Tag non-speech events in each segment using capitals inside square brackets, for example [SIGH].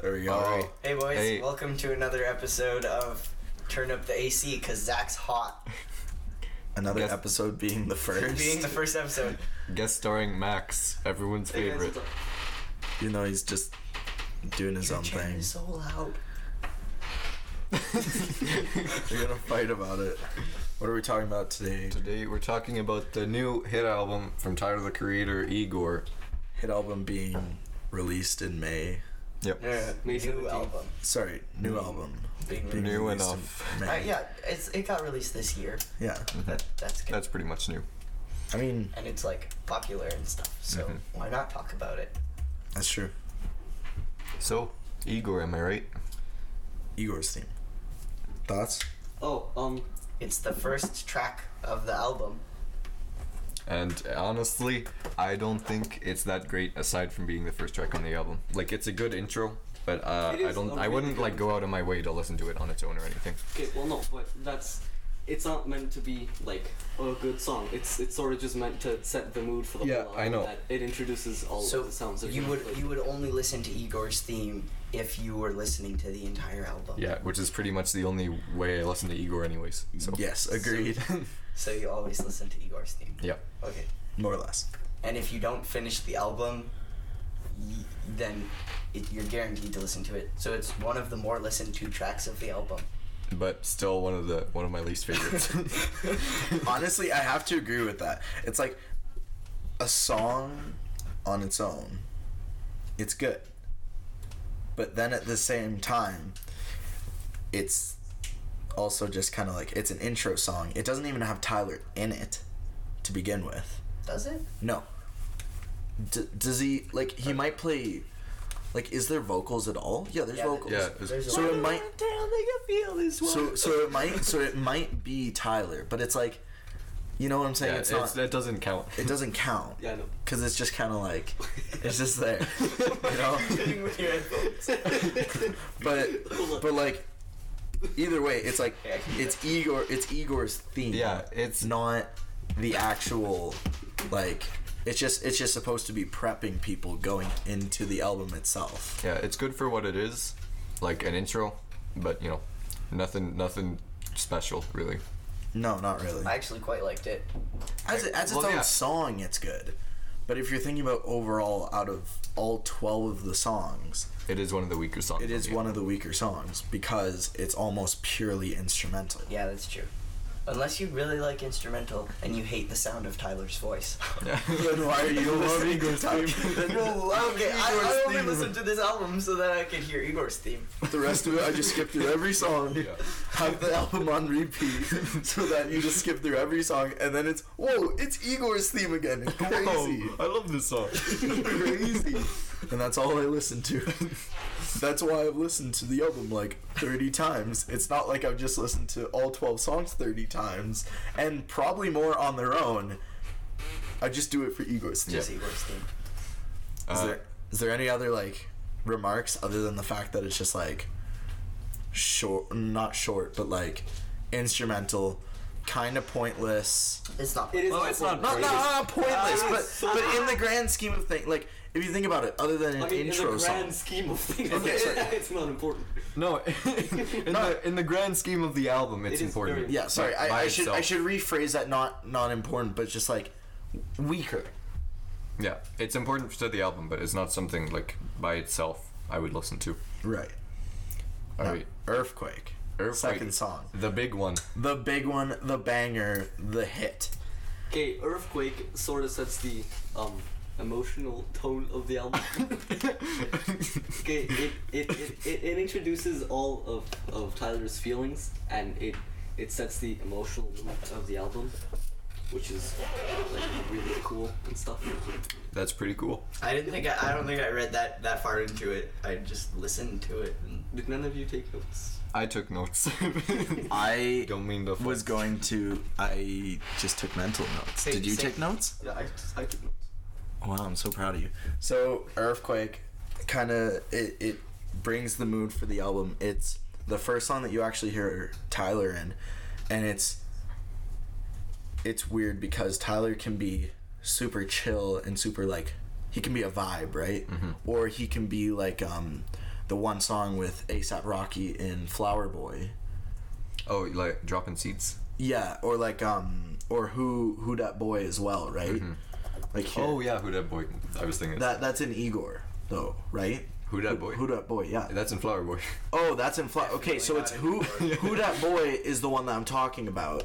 There we go. All right. Hey boys, Hey. welcome to another episode of Turn Up the AC because [LAUGHS] Zach's hot. Another Guess- episode being the first. Being the first episode. Guest starring Max, everyone's Hey, guys, favorite. what's up? you know, he's just doing his own Chat thing. [LAUGHS] is so loud. We're gonna fight about it. What are we talking about today? Today we're talking about the new hit album from Tyler the Creator, Igor. Hit album being released in May. Yep. Yeah, new album. Sorry, new album. Big Being new. New released in enough. May. Uh, yeah, it's it got released this year. Yeah. That, that's good. That's pretty much new. I mean, and it's like popular and stuff. So Mhm. why not talk about it? that's true. So, Igor, am I right? Igor's theme. Thoughts? Oh, um, It's the first track of the album. And honestly, I don't think it's that great aside from being the first track on the album. Like it's a good intro, but uh, It is I don't I a really wouldn't good like go out of my way to listen to it on its own or anything. okay, well, no, but that's. It's not meant to be like a good song. It's it's sort of just meant to set the mood for the Yeah, whole I album, know. That it introduces all so of the sounds. Oh, that you are would gonna play. you would only listen to Igor's theme if you were listening to the entire album. Yeah, which is pretty much the only way I listen to Igor anyways. So Yes, agreed. [LAUGHS] So you always listen to Igor's theme. Yeah. Okay. More or less. And if you don't finish the album, y- then it, you're guaranteed to listen to it. So it's one of the more listened to tracks of the album. But still one of the one of my least favorites. [LAUGHS] Honestly, I have to agree with that. It's like a song on its own. It's good. But then at the same time, it's also just kind of like it's an intro song. It doesn't even have Tyler in it to begin with. Does it? No. D- does he like he might play like is there vocals at all? Yeah, there's Yeah, vocals. yeah. it's- There's a- So it might down, they can feel this so so it might so it might be Tyler, but it's like you know what I'm [LAUGHS] saying? yeah, it's, it's- not that doesn't count. it doesn't count yeah, I know. cuz it's just kind of like it's [LAUGHS] just there. you [LAUGHS] know? Sitting with your headphones. But but like either way, it's like it's Igor it's Igor's theme. Yeah, it's It's not the actual like it's just it's just supposed to be prepping people going into the album itself. yeah, it's good for what it is, like an intro, but you know, nothing nothing special really. No, not really. I actually quite liked it. As, as its Well, own yeah. song, it's good. But if you're thinking about overall, out of all 12 of the songs, It is one of the weaker songs. it is on the [LAUGHS] one of the weaker songs because it's almost purely instrumental. Yeah, that's true. Unless you really like instrumental and you hate the sound of Tyler's voice. [LAUGHS] [LAUGHS] then why [LAUGHS] are you loving Igor's okay, I, I only listened to this album so that I could hear Igor's theme. The rest of it, I just skip through every song. Yeah. Have the album on repeat so that you just skip through every song, and then it's whoa, it's Igor's theme again. Crazy, I love this song. [LAUGHS] crazy. And that's all I listen to. That's why I've listened to the album like 30 times. It's not like I've just listened to all 12 songs 30 times, and probably more on their own. I just do it for Igor's theme. Just Igor's theme. Is, Uh, there, is there any other like remarks other than the fact that it's just like short, not short, but like instrumental, kind of pointless? It's not. It is Well, not it's not pointless. Not, not, not pointless, Ah, but [LAUGHS] it's so- but in the grand scheme of things, like if you think about it, other than an I mean, intro in the song, grand scheme of things, [LAUGHS] Okay, sorry. it's not important. no, [LAUGHS] in, the, in the grand scheme of the album, it's It is important. very- yeah. Sorry, By I, I should I itself. should rephrase that. Not not important, but just like weaker. Yeah, it's important to the album, but it's not something like by itself I would listen to. Right. All Now, right, Uh, Earthquake. Earthquake. Second song. the big one. The big one, the banger, the [LAUGHS] hit. Okay, earthquake sort of sets the um emotional tone of the album. Okay, it, it, it, it, it introduces all of, of Tyler's feelings and it it sets the emotional mood of the album, which is like really cool and stuff. That's pretty cool. I didn't think. I, I don't think I read that that far into it. I just listened to it. And Did none of you take notes? I took [LAUGHS] notes. I Don't mean to. was going to. I just took mental notes. Say- Did you say- take notes? Yeah, I, just, I took notes. Wow, I'm so proud of you. So earthquake, kind of it, it brings the mood for the album. It's the first song that you actually hear Tyler in, and it's it's weird because Tyler can be super Mm-hmm. chill and super like he can be a vibe, right? Or he can be like um the one song with ASAP Rocky in Flower Boy. Oh, like dropping seeds. Yeah, or like um or who who that boy as well, right? Like here. Oh yeah, Who Dat Boy. I was thinking that that's in Igor though, right? Who Dat Boy. Who that boy? Yeah. That's in Flower Boy. [LAUGHS] Oh, that's in Flower. Okay, so not it's in who Igor. [LAUGHS] who that boy is the one that I'm talking about.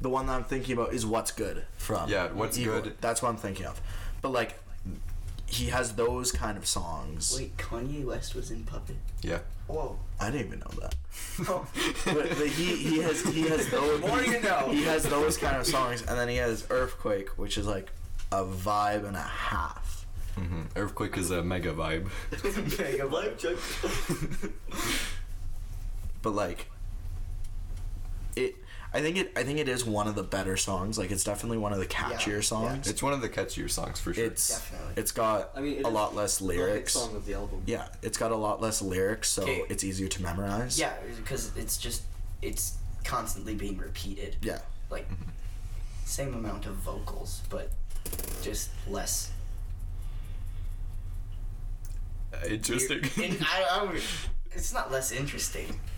The one that I'm thinking about is what's good from. Yeah, What's Igor. Good. That's what I'm thinking of. But like, he has those kind of songs. Wait, Kanye West was in Puppet. yeah. [LAUGHS] Whoa. I didn't even know that. but, but he, he has he has those [LAUGHS] More you know. he has those kind of songs, and then he has Earthquake, which is like a vibe and a half. hmm Earthquake is a mega vibe. Mega Life vibe. check. But like, it I think it I think it is one of the better songs. Like it's definitely one of the catchier yeah. songs. It's one of the catchier songs for sure. It's Definitely. it's got I mean, it a is lot less the perfect lyrics. Song of the album. Yeah, it's got a lot less lyrics, so Okay. it's easier to memorize. Yeah, because it's just it's constantly being repeated. Yeah. Like same amount of vocals, but just less. interesting. And I, I would- it's not less interesting, [LAUGHS]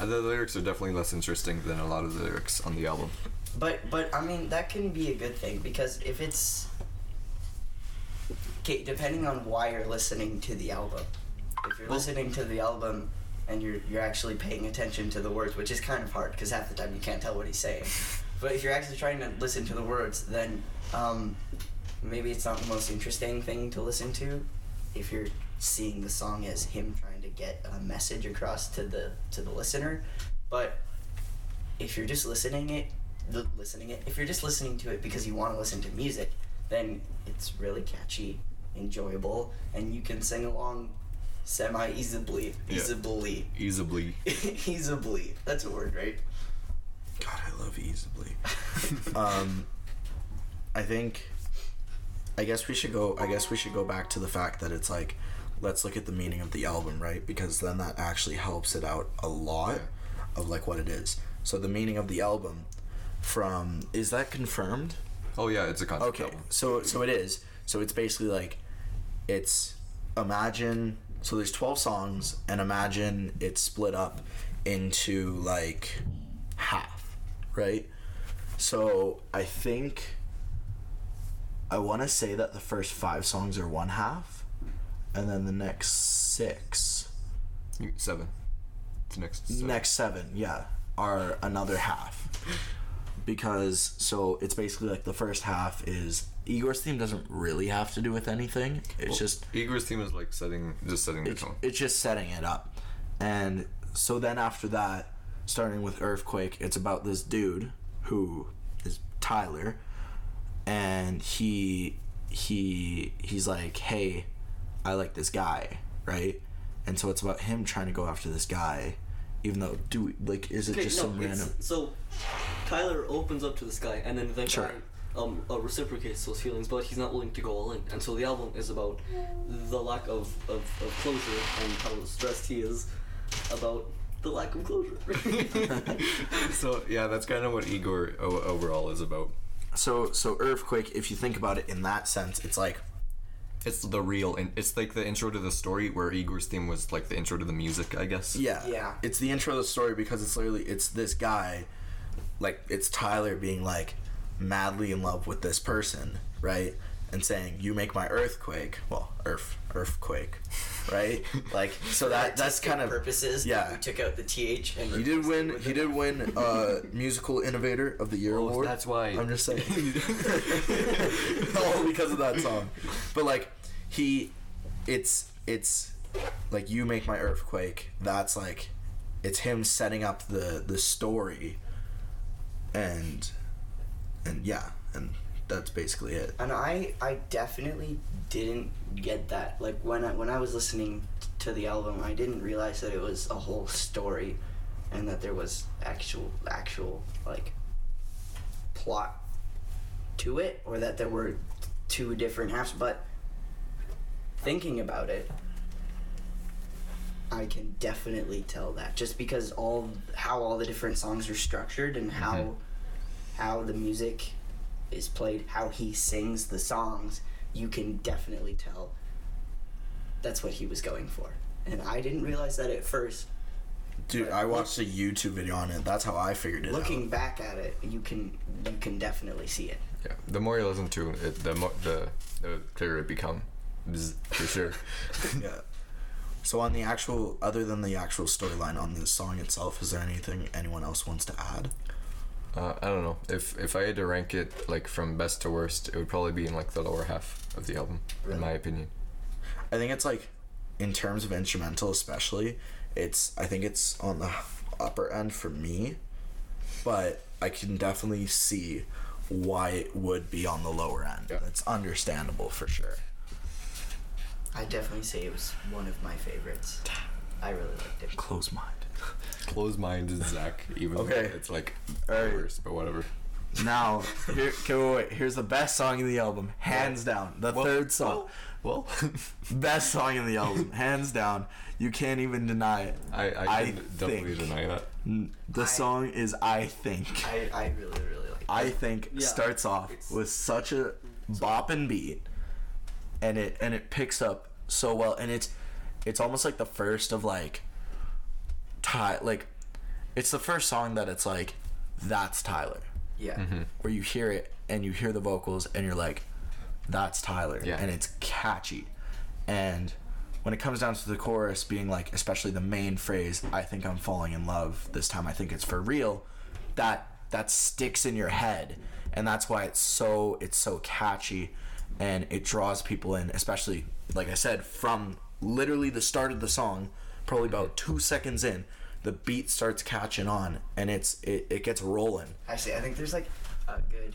And the lyrics are definitely less interesting than a lot of the lyrics on the album. but but I mean that can be a good thing because if it's okay, depending on why you're listening to the album. If you're Well- listening to the album and you're you're actually paying attention to the words, which is kind of hard because half the time you can't tell what he's saying. But if you're actually trying to listen to the words, then um, maybe it's not the most interesting thing to listen to. If you're seeing the song as him trying to get a message across to the to the listener, but if you're just listening it, li- listening it, if you're just listening to it because you want to listen to music, then it's really catchy, enjoyable, and you can sing along semi easily, Yeah. [LAUGHS] easily, Easily. easily. That's a word, right? God, I love Easily. um, I think. I guess we should go. I guess we should go back to the fact that it's like, let's look at the meaning of the album, right? Because then that actually helps it out a lot of like what it is. So the meaning of the album, from is that confirmed? Oh yeah, it's a concept Okay, album. so so it is. So it's basically like, it's imagine. So there's twelve songs, and imagine it's split up into like half, right? So I think I want to say that the first five songs are one half, and then the next six, You- Seven. It's next. seven. next seven, yeah, are another half. Because so it's basically like the first half is Igor's theme doesn't really have to do with anything. It's Well, just Igor's theme is like setting, just setting the it's, [LAUGHS] tone. [LAUGHS] it's just setting it up. And so then after that, starting with Earthquake, it's about this dude who is Tyler and he he he's like, "Hey, I like this guy," right? And so it's about him trying to go after this guy even though do like is it Okay, just no, some it's- random So, Tyler opens up to this guy, and then that Sure. guy um, uh, reciprocates those feelings, but he's not willing to go all in. And so the album is about the lack of, of, of closure and how stressed he is about the lack of closure. [LAUGHS] so yeah, that's kind of what Igor o- overall is about. so so earthquake if you think about it in that sense it's like It's the real, and it's like the intro to the story where Igor's theme was like the intro to the music, I guess. yeah Yeah. it's the intro of the story because it's literally it's this guy like it's tyler being like madly in love with this person right and saying you make my earthquake well earth earthquake [LAUGHS] right like so [LAUGHS] that that's artistic kind of purposes. yeah. we took out the th and he did replaced it win with he a- did win uh musical innovator of the year Oh, award that's why. i'm just saying [LAUGHS] all because of that song. But like he it's it's like you make my earthquake. That's like it's him setting up the the story and and yeah, and that's basically it. And I I definitely didn't get that. Like when I when I was listening to the album, I didn't realize that it was a whole story, and that there was actual actual like plot to it, or that there were two different halves. But thinking about it, I can definitely tell that just because all how all the different songs are structured and how Mhm. how the music is played, how he sings the songs, you can definitely tell that's what he was going for. and I didn't realize that at first. Dude, I watched a YouTube video on it. That's how I figured it Looking out. back at it, you can you can definitely see it. Yeah, the more you listen to it, the more the the clearer it becomes. For sure. [LAUGHS] Yeah. So on the actual, other than the actual storyline on the song itself, is there anything anyone else wants to add? Uh, I don't know. If if I had to rank it like from best to worst, it would probably be in like the lower half of the album, in my opinion. I think it's like, in terms of instrumental especially, it's I think it's on the upper end for me, but I can definitely see why it would be on the lower end. Yeah. It's understandable for sure. I definitely say it was one of my favorites. I really liked it. Close mind. Close minded Zach, even though Okay. it's like Alright. worst, but whatever. Now, here, okay, wait, wait, here's the best song in the album, hands down. The third song, Well, [LAUGHS] best song in the album, hands down. You can't even deny it. I I, I can definitely think- deny that. N- The I- song is "I Think." I, I really really liked it. I think Yeah, starts off it's- with such a bop and beat, and it and it picks up so well, and it's it's almost like the first of like, Ty like, it's the first song that it's like, that's Tyler, Yeah. where you hear it and you hear the vocals and you're like, that's Tyler, Yeah. and it's catchy, and when it comes down to the chorus being like, especially the main phrase, I think I'm falling in love this time. I think it's for real. That that sticks in your head, and that's why it's so it's so catchy, and it draws people in, especially like I said from literally the start of the song, probably about two seconds in, the beat starts catching on, and it's it, it gets rolling. Actually, I think there's like a good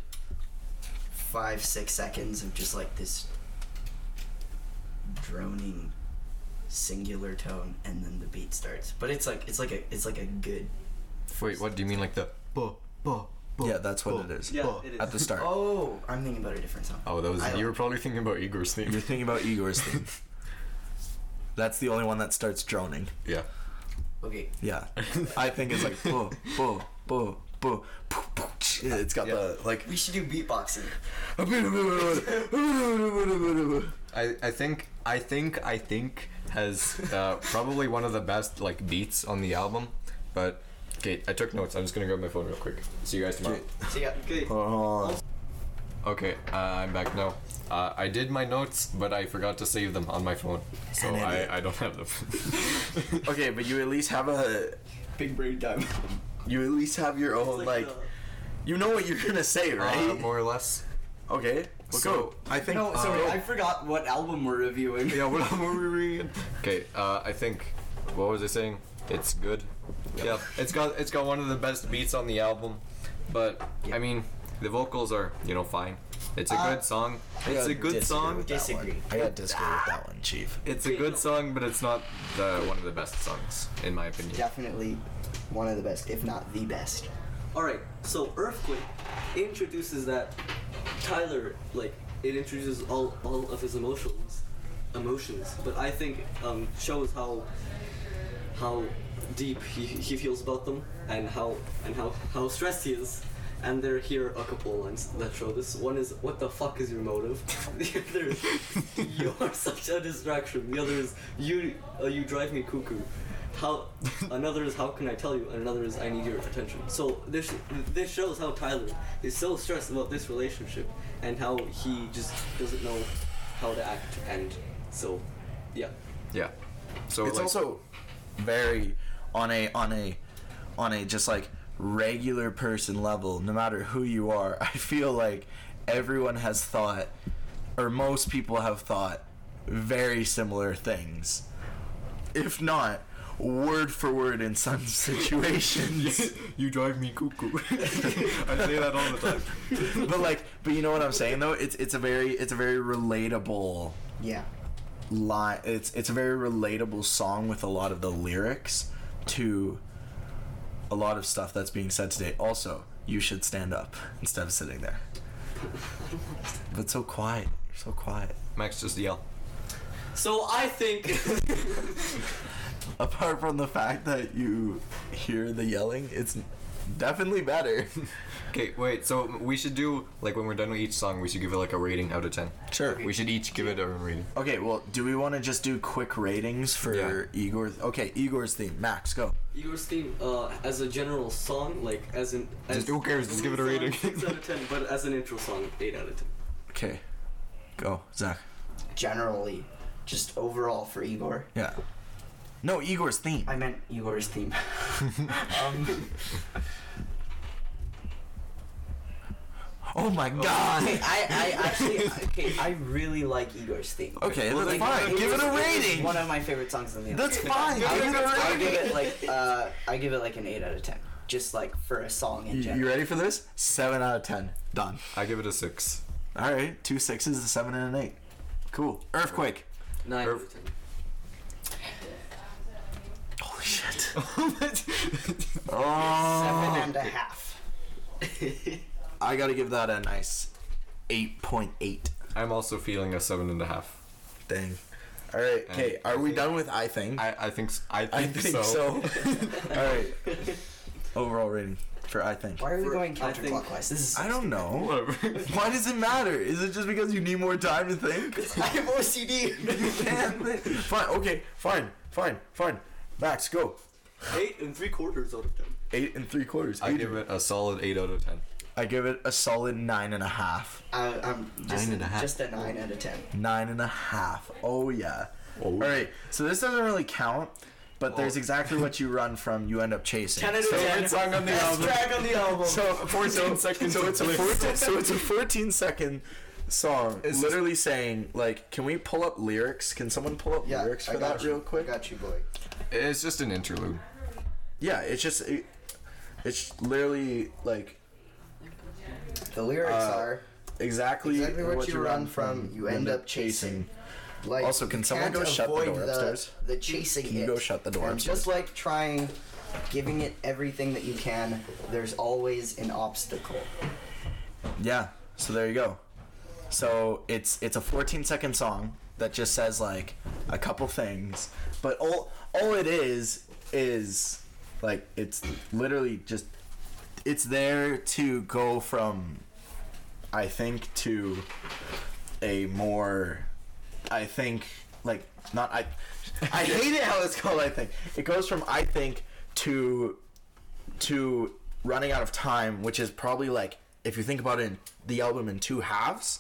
five, six seconds of just like this droning singular tone and then the beat starts. But it's like it's like a it's like a good Wait, what do you mean like the? buh, buh, buh, Yeah, that's what buh, it is. Yeah, buh? it is. At the [LAUGHS] start, [LAUGHS] Oh I'm thinking about a different song. Oh, that was I- you were probably thinking about Igor's you're [LAUGHS] thing. thinking about Igor's thing. That's the only one that starts droning. yeah. Okay. Yeah, I think it's like [LAUGHS] boo, boo, boo, boo, boo, boo. Yeah, it's got the Uh, like. We should do beatboxing. I, I think I think I think has uh, probably one of the best like beats on the album. But okay, I took notes. I'm just gonna grab my phone real quick. See you guys tomorrow. So [LAUGHS] yeah. Okay. Oh, Okay, uh, I'm back now. Uh, I did my notes, but I forgot to save them on my phone, so An idiot. I, I don't have them. [LAUGHS] [LAUGHS] [LAUGHS] okay, but you at least have a. Big brain time. You at least have your own like. uh, You know what you're gonna say, right? Uh, more or less. okay, well, so- go. Um, I think. no, uh, sorry, go. I forgot what album we're reviewing. Yeah, what [LAUGHS] album are we reading? Okay, uh, I think. What was I saying? It's good. Yeah, it's got it's got one of the best beats on the album, but I mean the vocals are you know fine. It's a Uh, good song. I It's gotta a good disagree song. with that Disagree. one. I gotta disagree with that one, Chief. It's a good song, but it's not the one of the best songs in my opinion. Definitely one of the best, if not the best. Alright, so Earthquake introduces that Tyler, like, it introduces all, all of his emotions emotions. But I think um shows how how deep he, he feels about them and how and how, how stressed he is. And there are here a couple lines that show this. One is what the fuck is your motive? [LAUGHS] the other is you are such a distraction. The other is you uh, you drive me cuckoo. How another is how can I tell you? And another is I need your attention. So this this shows how Tyler is so stressed about this relationship and how he just doesn't know how to act. And so, yeah, Yeah. So it's like, also very on a on a on a just like regular person level no matter who you are i feel like everyone has thought or most people have thought very similar things if not word for word in [LAUGHS] some situations [LAUGHS] you drive me [LAUGHS] cuckoo. I say that all the time. but like but you know what i'm saying though it's it's a very it's a very relatable Yeah. line it's it's a very relatable song with a lot of the lyrics to a lot of stuff that's being said today also you should stand up instead of sitting there but so quiet you're so quiet Max just yell. So I think apart from the fact that you hear the yelling it's definitely better [LAUGHS] Okay, wait. So we should do like when we're done with each song, we should give it like a rating out of ten. Sure. We should each give it a rating. Okay, well, do we want to just do quick ratings for Igor? Okay, Igor's theme. Max, go. Igor's theme, uh, as a general song, like as an as Just- who cares, just give it a rating. Six out of ten, but as an intro song, eight out of ten. Okay, go, Zach. Generally, just overall for Igor. Yeah. No, Igor's theme. I meant Igor's theme. um, Oh my god. [LAUGHS] okay, [LAUGHS] I, I actually, okay, I really like Igor's theme. Okay, Well, that's then fine. give Give it a was- was rating. One of my favorite songs in the [LAUGHS] That's album. fine. I Give it give, I give a it rating. like uh, I give it like an eight out of ten, just like for a song in You- You general. ready for this? Seven out of ten. Done. I give it a six. [LAUGHS] All right, two sixes, a seven, and an eight. Cool. Earthquake. Nine out Perf- of ten. Holy shit. Seven Oh, and a half. I gotta give that a nice 8.8. I'm also feeling a seven and a half. Dang. All right. Okay. And Are I we think- done with I think? I, I think s- I think, I think so. All right. Overall rating for I think. Why are we For- going I think- counterclockwise? This is. I don't know. Whatever. Why does it matter? Is it just because you need more time to think? [LAUGHS] I have OCD. You can't think. Fine. Okay. Fine. Fine. Fine. Max, go. Eight and three quarters out of ten. Eight and three quarters. [LAUGHS] I Eight- give it a solid eight out of ten. I give it a solid nine and a half. I, I'm just Nine and a half. just a nine out of ten. Nine and a half. Oh yeah. Oh. All right. So this doesn't really count, but there's Well- exactly what you run from. You end up chasing. Ten out of So- ten. song on the Best album. track on the album. So 14 seconds So it's a clip. 14, so it's a 14 second song. It's just- literally saying like, can we pull up lyrics? Can someone pull up lyrics for that real quick? got you, boy. It's just an interlude. Yeah, it's just it, it's literally like The lyrics Uh, are exactly, exactly what, you run from, you end up chasing. Like, Also, can you someone can't go shut the avoid door upstairs? The chasing. Can you it. go shut the door And upstairs? Just like trying, giving it everything that you can. There's always an obstacle. Yeah. So there you go. So it's it's a 14 second song that just says like a couple things, but all all it is is like it's literally just it's there to go from I think to a more I think like not I I hate it how it's called I think. It goes from I think to to running out of time, which is probably like if you think about it, in the album in two halves,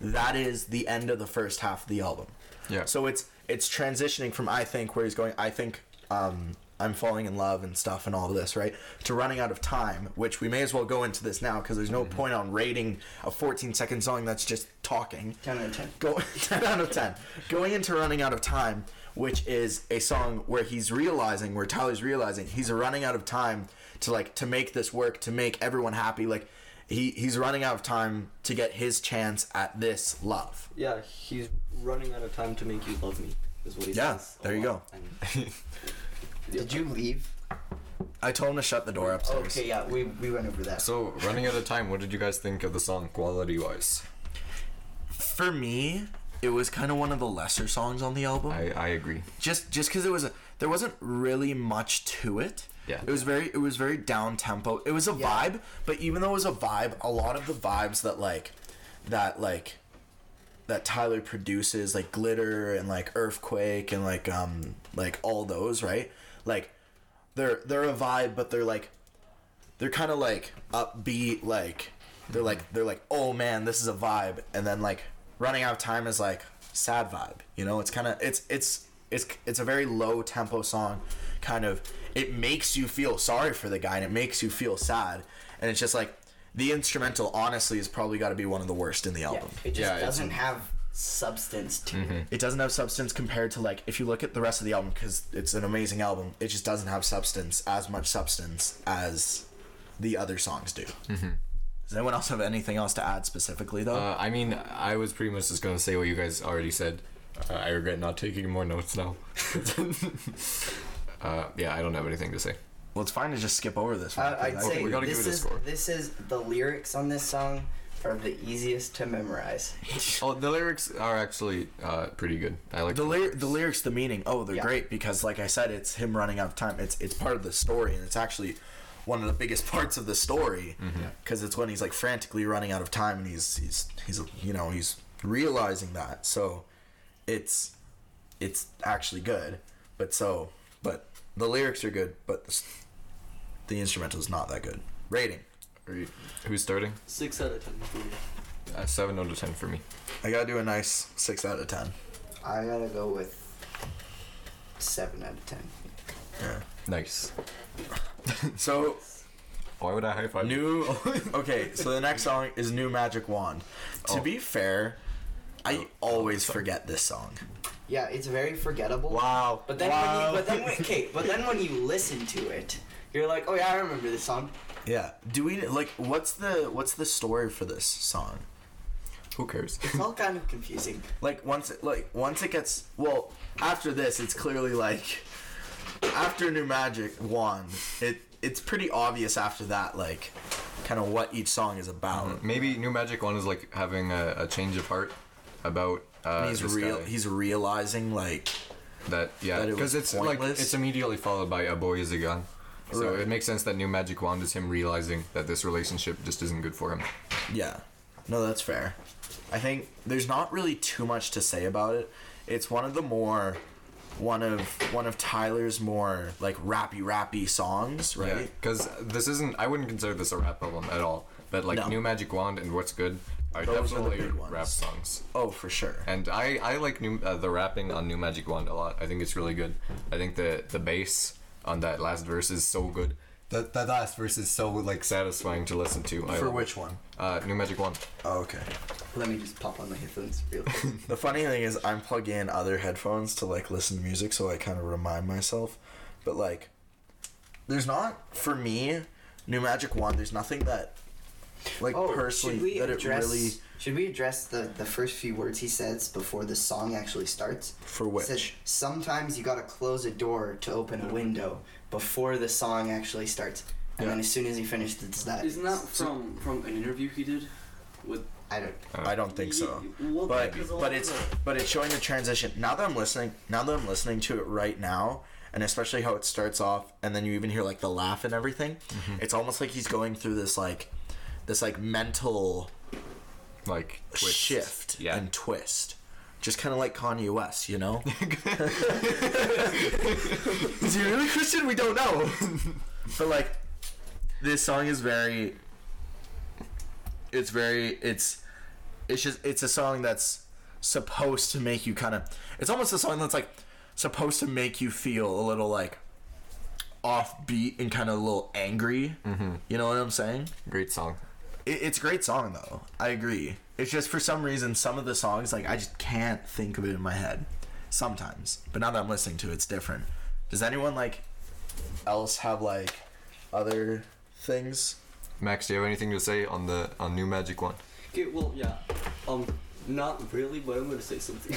that is the end of the first half of the album. Yeah. So it's it's transitioning from I think where he's going I think um I'm falling in love and stuff and all this, right? To running out of time, which we may as well go into this now because there's Mm-hmm. no point on rating a 14 second song that's just talking Ten out of ten. go [LAUGHS] 10 out of 10 going into running out of time which is a song where he's realizing where tyler's realizing he's running out of time to like to make this work to make everyone happy like he he's running out of time to get his chance at this love Yeah, he's running out of time to make you love me. Is what he Yeah, says. there you go. Did you leave? i told him to shut the door upstairs Okay, yeah, we, we went over that. So running out of time, what did you guys think of the song quality wise? for me it was kind of one of the lesser songs on the album I, I agree. just just because it was a, there wasn't really much to it. Yeah. It was very it was very down tempo. It was a Yeah. vibe, but even though it was a vibe, a lot of the vibes that like that like that Tyler produces, like glitter and like earthquake and like um like all those, right? Like they're they're a vibe, but they're like they're kind of like upbeat, like they're like they're like oh man, this is a vibe, and then like running out of time is like sad vibe. You know, it's kind of it's it's it's it's a very low tempo song, kind of. It makes you feel sorry for the guy, and it makes you feel sad, and it's just like the instrumental. Honestly, is probably got to be one of the worst in the yeah, album. it just Yeah, it's- Mm-hmm. doesn't have substance to it. It doesn't have substance compared to like if you look at the rest of the album because it's an amazing album. It just doesn't have substance as much substance as the other songs do. Does anyone else have anything else to add specifically though? Uh, I mean, I was pretty much just gonna say what you guys already said. Uh, I regret not taking more notes [LAUGHS] now. uh, yeah, I don't have anything to say. well, it's fine to just skip over this one. I, 'cause Uh, I'd I- say we gotta give this it a is score. this is the lyrics on this song are the easiest to [LAUGHS] memorize. Oh, the lyrics are actually uh, pretty good. I like the lyri- the lyrics, the meaning. Oh, they're Yeah. great because, like I said, it's him running out of time. It's it's part of the story, and it's actually one of the biggest [LAUGHS] parts of the story Yeah. because it's when he's like frantically running out of time and he's he's he's you know he's realizing that so it's it's actually good but so but the lyrics are good but the, s- the instrumental is not that good rating Are you- who's starting? Six out of ten for me. Uh, seven out of ten for me. i gotta do a nice six out of ten I gotta go with seven out of ten. yeah Nice. so Why would I high five? you? New. [LAUGHS] Okay, so the next song is New Magic Wand. To Oh. be fair, I always forget this song. Yeah, it's very forgettable. Wow. But then when you, but then when, okay, but then when you listen to it, you're like, oh yeah, I remember this song. yeah. Do we like what's the what's the story for this song? Who cares? It's all kind of confusing. Like once it like once it gets well, after this it's clearly like after New Magic Wand, it it's pretty obvious after that like kind of what each song is about. Maybe New Magic One is like having a, a change of heart about uh, And he's this real guy he's realizing like that yeah that it was because it's like pointless. it's immediately followed by a boy is a gun. So Right. it makes sense that New Magic Wand is him realizing that this relationship just isn't good for him. Yeah. No, that's fair. I think there's not really too much to say about it. It's one of the more one of one of Tyler's more like rappy rappy songs, right? Because this isn't, I wouldn't consider this a rap album at all. But like No. New Magic Wand and What's Good are Those are the definitely big ones. rap songs. Oh, for sure. And I, I like new, uh, the rapping on New Magic Wand a lot. I think it's really good. I think the the bass on that last verse is so good. That that last verse is so like satisfying to listen to. I for love it. which one? Uh, New Magic Wand. Oh, okay. Let me just pop on my headphones real quick. The funny thing is I'm plugging in other headphones to like listen to music so I kind of remind myself. But like there's not for me New Magic Wand, there's nothing that like Oh, personally that it really should we address the, the first few words he says before the song actually starts? for He which says, Sometimes you gotta close a door to open a window before the song actually starts. And then as soon as he finished, it's that. Isn't that from from an interview he did with? I don't. I don't think so. Well, but because a lot but of it's the- but it's showing the transition. Now that I'm listening, now that I'm listening to it right now, and especially how it starts off, and then you even hear like the laugh and everything. It's almost like he's going through this like this like mental Like twist. shift Yeah. and twist. Just kind of like Kanye West, you know? Is he really Christian? We don't know. but like, this song is very. It's very. It's. It's just. It's a song that's supposed to make you kind of. It's almost a song that's like supposed to make you feel a little like offbeat and kind of a little angry. You know what I'm saying? Great song. It, it's a great song though. I agree. It's just for some reason some of the songs like I just can't think of it in my head sometimes. But now that I'm listening to it, it's different. Does anyone like else have like other things? Max, do you have anything to say on the on New Magic Wand? Okay, well, yeah. Um, not really, but I'm gonna say something.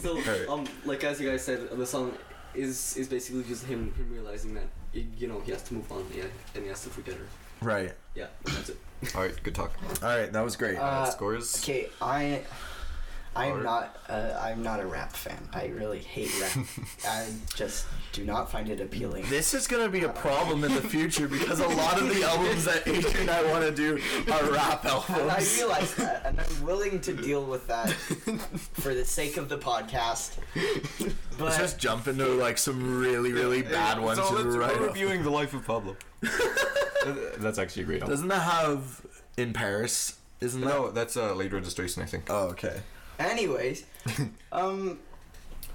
so, Alright. um, like as you guys said, the song is is basically just him him realizing that y- you know he has to move on yeah, and he has to forget her. Right. Yeah, that's it. All right, good talk. All right, that was great. Uh, Uh, scores. Okay, I. I'm Or- not. Uh, I'm not a rap fan. I really hate [LAUGHS] rap. I just do not find it appealing. this is gonna be a problem in the future because a lot of the albums that Adrian and I want to do are rap [LAUGHS] And I albums. realize that, and I'm willing to deal [LAUGHS] with that for the sake of the podcast. Let's But just jump into like some really really bad ones So let's, right we're off. reviewing the life of Pablo. [LAUGHS] That's actually a great album. Doesn't that have in Paris? Isn't that? No, that's uh, late registration, I think. Oh, okay. [LAUGHS] anyways, um,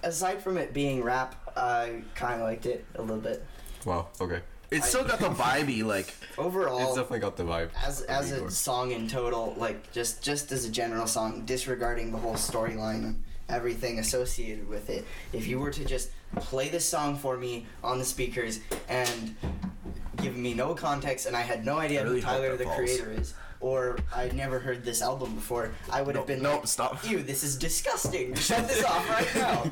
aside from it being rap, I kind of liked it a little bit. Wow. Okay. It's still got the vibey, [LAUGHS] like It's Overall, definitely got the vibe. Oh. as of as Igor. a song in total, like just just as a general song, disregarding the whole storyline and everything associated with it. If you were to just play this song for me on the speakers and give me no context, and I had no idea I really who hope Tyler that the falls. creator is, or I'd never heard this album before, I would have been nope, like, stop. Ew, this is disgusting. Shut this off right now.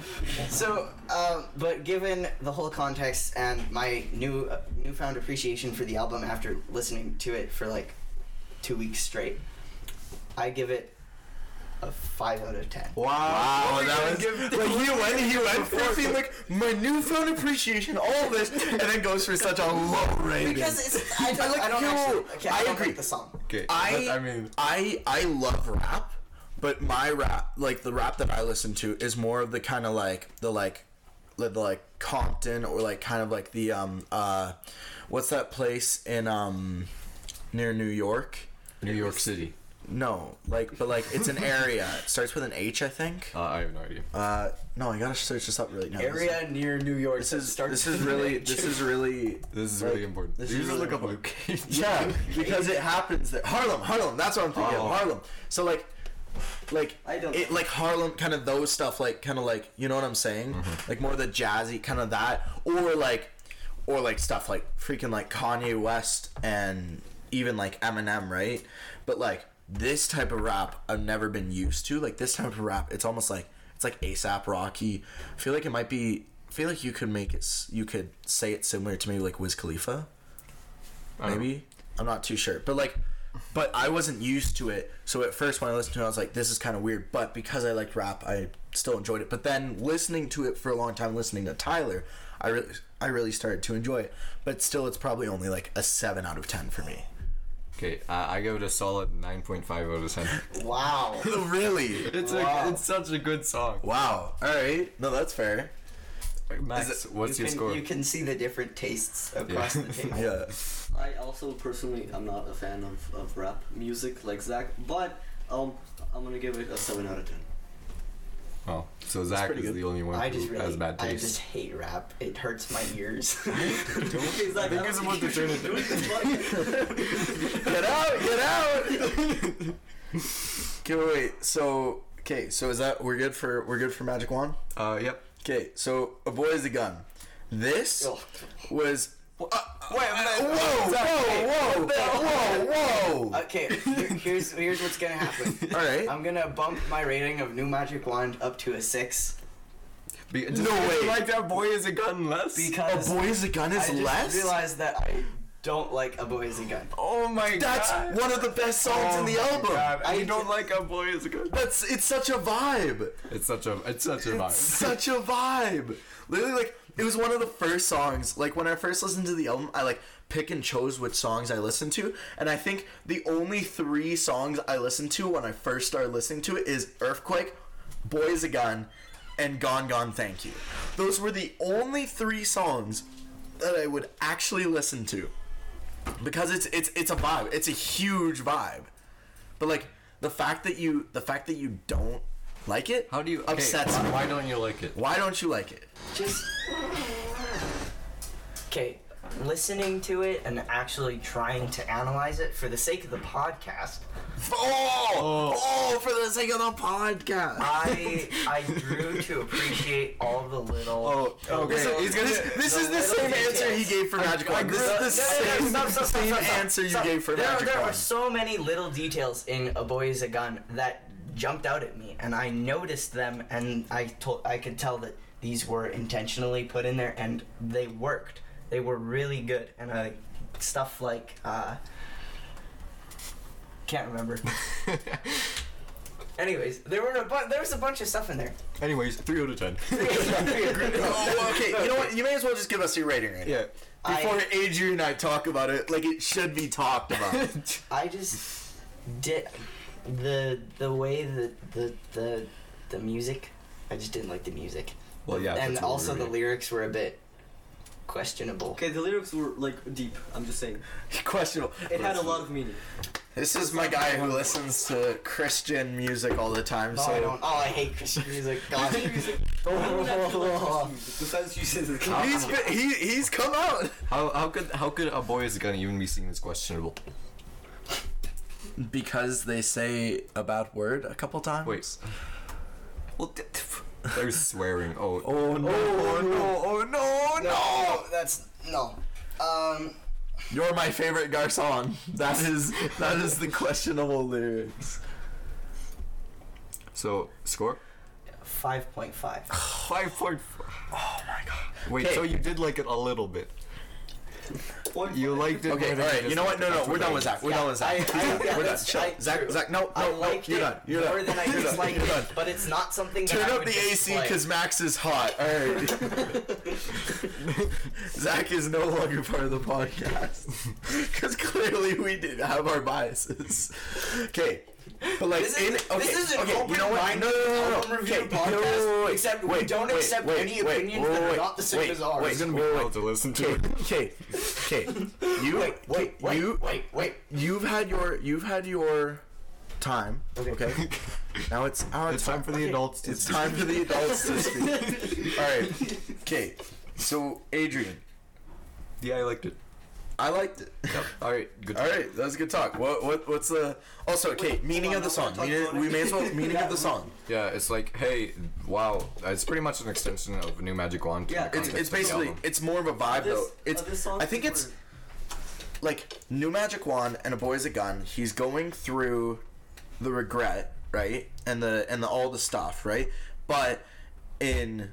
So, um, but given the whole context and my new uh, newfound appreciation for the album after listening to it for like two weeks straight, I give it a five out of ten. Wow, wow that that was- was like [LAUGHS] he went, he went for being like my newfound appreciation, all this, and then goes for such a low rating. Because it's, I don't, like, I don't yo, actually, okay, I, I don't agree. like the song. Okay. I, I mean, I I love rap, but my rap, like the rap that I listen to, is more of the kind of like the like, the, the like Compton or like kind of like the um uh, what's that place in um near New York? New York City. No, like but like it's an area. It starts with an H, I think. Uh, I have no idea. Uh, no, I gotta search this up really now. Area near New York. This is this is really this is really This is Like, really important. this you is just really look up location. yeah because it happens there. Harlem, Harlem. That's what I'm thinking. Oh. of, Harlem. So like, like I don't it know. like Harlem kind of those stuff like kind of like you know what I'm saying like more the jazzy kind of that or like or like stuff like freaking like Kanye West and even like Eminem right but like this type of rap I've never been used to like this type of rap it's almost like it's like ASAP Rocky I feel like it might be I feel like you could make it s- you could say it similar to maybe like Wiz Khalifa don't know. maybe I'm not too sure, but like, but I wasn't used to it. So at first, when I listened to it, I was like, "This is kind of weird." But because I liked rap, I still enjoyed it. But then listening to it for a long time, listening to Tyler, I really, I really started to enjoy it. But still, it's probably only like a seven out of ten for me. Okay, uh, I give it a solid 9.5 [LAUGHS] out of 10. wow. Oh, really? It's Wow. a, it's such a good song. Wow. All right. No, that's fair. Max, what's you your can, score? You can see the different tastes across Yeah. the table. Yeah. I also personally am not a fan of, of rap music like Zach, but um, I'm gonna give it a seven out of ten. Oh, so Zach pretty is good. the only one I who just really, has bad I taste. just hate rap. It hurts my [LAUGHS] ears. [LAUGHS] Okay, Zach, think I it's don't about think to you turn should it be doing this podcast. Get out! Get out! [LAUGHS] okay, wait, wait. So, okay. So is that we're good for we're good for Magic Wand? uh, yep. Okay, so a boy is a gun. This Ugh. was Wait, whoa, whoa, whoa, whoa, whoa. okay, here- here's here's what's gonna happen. [LAUGHS] All right. I'm gonna bump my rating of New Magic Wand up to a six No way. Like that boy is a gun less. A because boy is a gun I is just less. realized that I don't like a boy is a gun. oh my That's god. one of the best songs Oh in the my album. God, I I- don't like a boy is a gun. That's it's such a vibe. It's such a it's such a It's vibe. such a vibe. Literally, like it was one of the first songs. Like when I first listened to the album, I like pick and chose which songs I listened to, and I think the only three songs I listened to when I first started listening to it is Earthquake, Boy Is a Gun, and Gone Gone Thank You. Those were the only three songs that I would actually listen to because it's it's it's a vibe. It's a huge vibe. But like the fact that you the fact that you don't like it How do you okay, upsets why, me. why don't you like it? Why don't you like it? Just okay. Listening to it and actually trying to analyze it for the sake of the podcast, Oh, oh, for the sake of the podcast. I I grew to appreciate all the little. Oh, okay. This, He's gonna- this, this is the same answer he gave for Magic Wand. This is the No, no, no, same, stop, stop, stop, same stop, stop. answer you Stop. gave for there, Magic There were Wand. so many little details in A Boy Is a Gun that jumped out at me, and I noticed them, and I told I could tell that these were intentionally put in there, and they worked. They were really good, and I stuff like uh, [LAUGHS] can't remember. Anyways, there were a bu- there was a bunch of stuff in there. Anyways, three out of [LAUGHS] ten. Oh, okay. You know what? You may as well just give us your rating right now. yeah. Before I- Adrian and I talk about it, like it should be talked about. I just did the the way that the the the music. I just didn't like the music, Well, yeah. and that's what we also were the doing. lyrics were a bit questionable. [LAUGHS] Okay, the lyrics were like deep. I'm just saying, [LAUGHS] Questionable. it had a lot of meaning. This is my guy who listens to Christian music all the time. Oh, so I don't. Oh, I hate Christian [LAUGHS] music. God. Oh. Besides, you said it's He's been, he he's come out How how could how could a boy is a gun even be seen as questionable? because they say a bad word a couple times. Wait. Well, they're swearing. Oh, [LAUGHS] Oh no! Oh no! Oh no! Oh, no, that's no. Um, You're my favorite garçon. That is that is the questionable lyrics. so score five [LAUGHS] point five. five point four. Oh my god! Wait, Okay. so you did like it a little bit. 6.5. You liked it. Okay, all more than right. just You know what? liked No, it. no, That's we're what done I with Zach. We're Yeah, done with I- Zach. I- yeah, We're done. that's Zach, true. Zach, Zach. No, I no, no. liked You're it done. You're more done. than I You're done. disliked You're it, done. but it's not something that Turn I up would the AC dislike. because Max is hot. All right. [LAUGHS] Zach is no longer part of the podcast [LAUGHS] because clearly we did have our biases. Okay, but like This is, in this okay, is an okay, open you know what? mind No, no, no, no, album no. review Okay, podcast, no, wait, wait, wait, except we wait, don't wait, accept wait, any wait, opinions wait, that are wait, not the same wait, as ours. wait, It's gonna be wait, hell wait. to listen to. [LAUGHS] Okay, okay, okay. [LAUGHS] You Wait, wait, wait, you wait, wait. you've had your you've had your time. Okay. Okay. Now it's our [LAUGHS] It's time. time for the adults. To It's time for the adults to speak. [LAUGHS] All right. Okay. So Adrian, Yeah, I liked it. I liked it. Yep. All right. Good. All right, that was a good talk. What what what's the also okay Wait, meaning hold of on, the I wanna song? talk Meaning- about it. we may as [LAUGHS] well meaning of the song. Yeah, it's like, hey, wow, it's pretty much an extension of New Magic Wand. Yeah, in It's the context it's of the basically album. it's more of a vibe This- though. It's uh, this song I think it's were- like new magic wand and a boy's a gun he's going through the regret right and the and the all the stuff right but in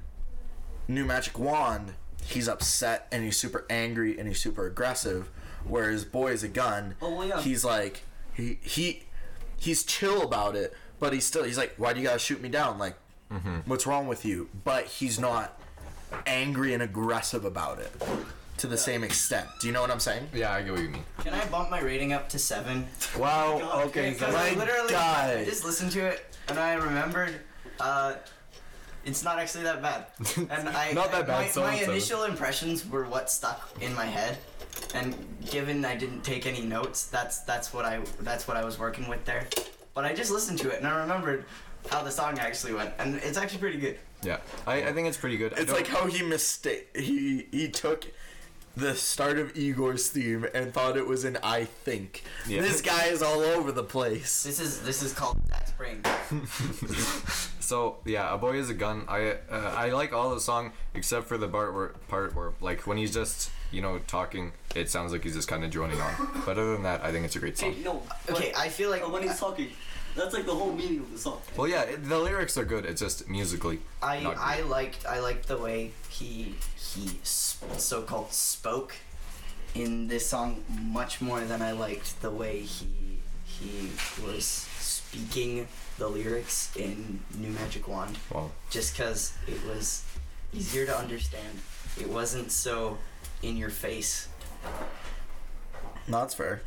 new magic wand he's upset and he's super angry and he's super aggressive whereas boy is a gun Oh, well, yeah. he's like he he he's chill about it but he's still he's like why do you gotta shoot me down like what's wrong with you but he's not angry and aggressive about it to the same extent do you know what i'm saying Yeah, I get what you mean. Can I bump my rating up to seven? Wow. okay, okay. because my I literally God. just listened to it and I remembered. Uh, it's not actually that bad. [LAUGHS] And I Not that bad, My, so my it's seven. initial impressions were what stuck in my head, and given I didn't take any notes, that's that's what I that's what I was working with there. But I just listened to it and I remembered how the song actually went, and it's actually pretty good. Yeah, I, I think it's pretty good. I It's don't- like how he mistake he he took the start of Igor's theme and thought it was an I think. Yeah. This guy is all over the place. This is this is called That's Brain. So yeah, a boy is a gun. I uh, I like all the song except for the part where part where like when he's just you know talking, it sounds like he's just kind of droning on. But other than that, I think it's a great Hey, song. no. Okay, but- I feel like uh, when he's talking, that's like the whole meaning of the song. Well, yeah, it, the lyrics are good. It's just musically. I not I great. liked I liked the way he he so called spoke in this song much more than I liked the way he he was speaking the lyrics in New Magic Wand. Well, Just because it was easier to understand, it wasn't so in your face. No, that's fair.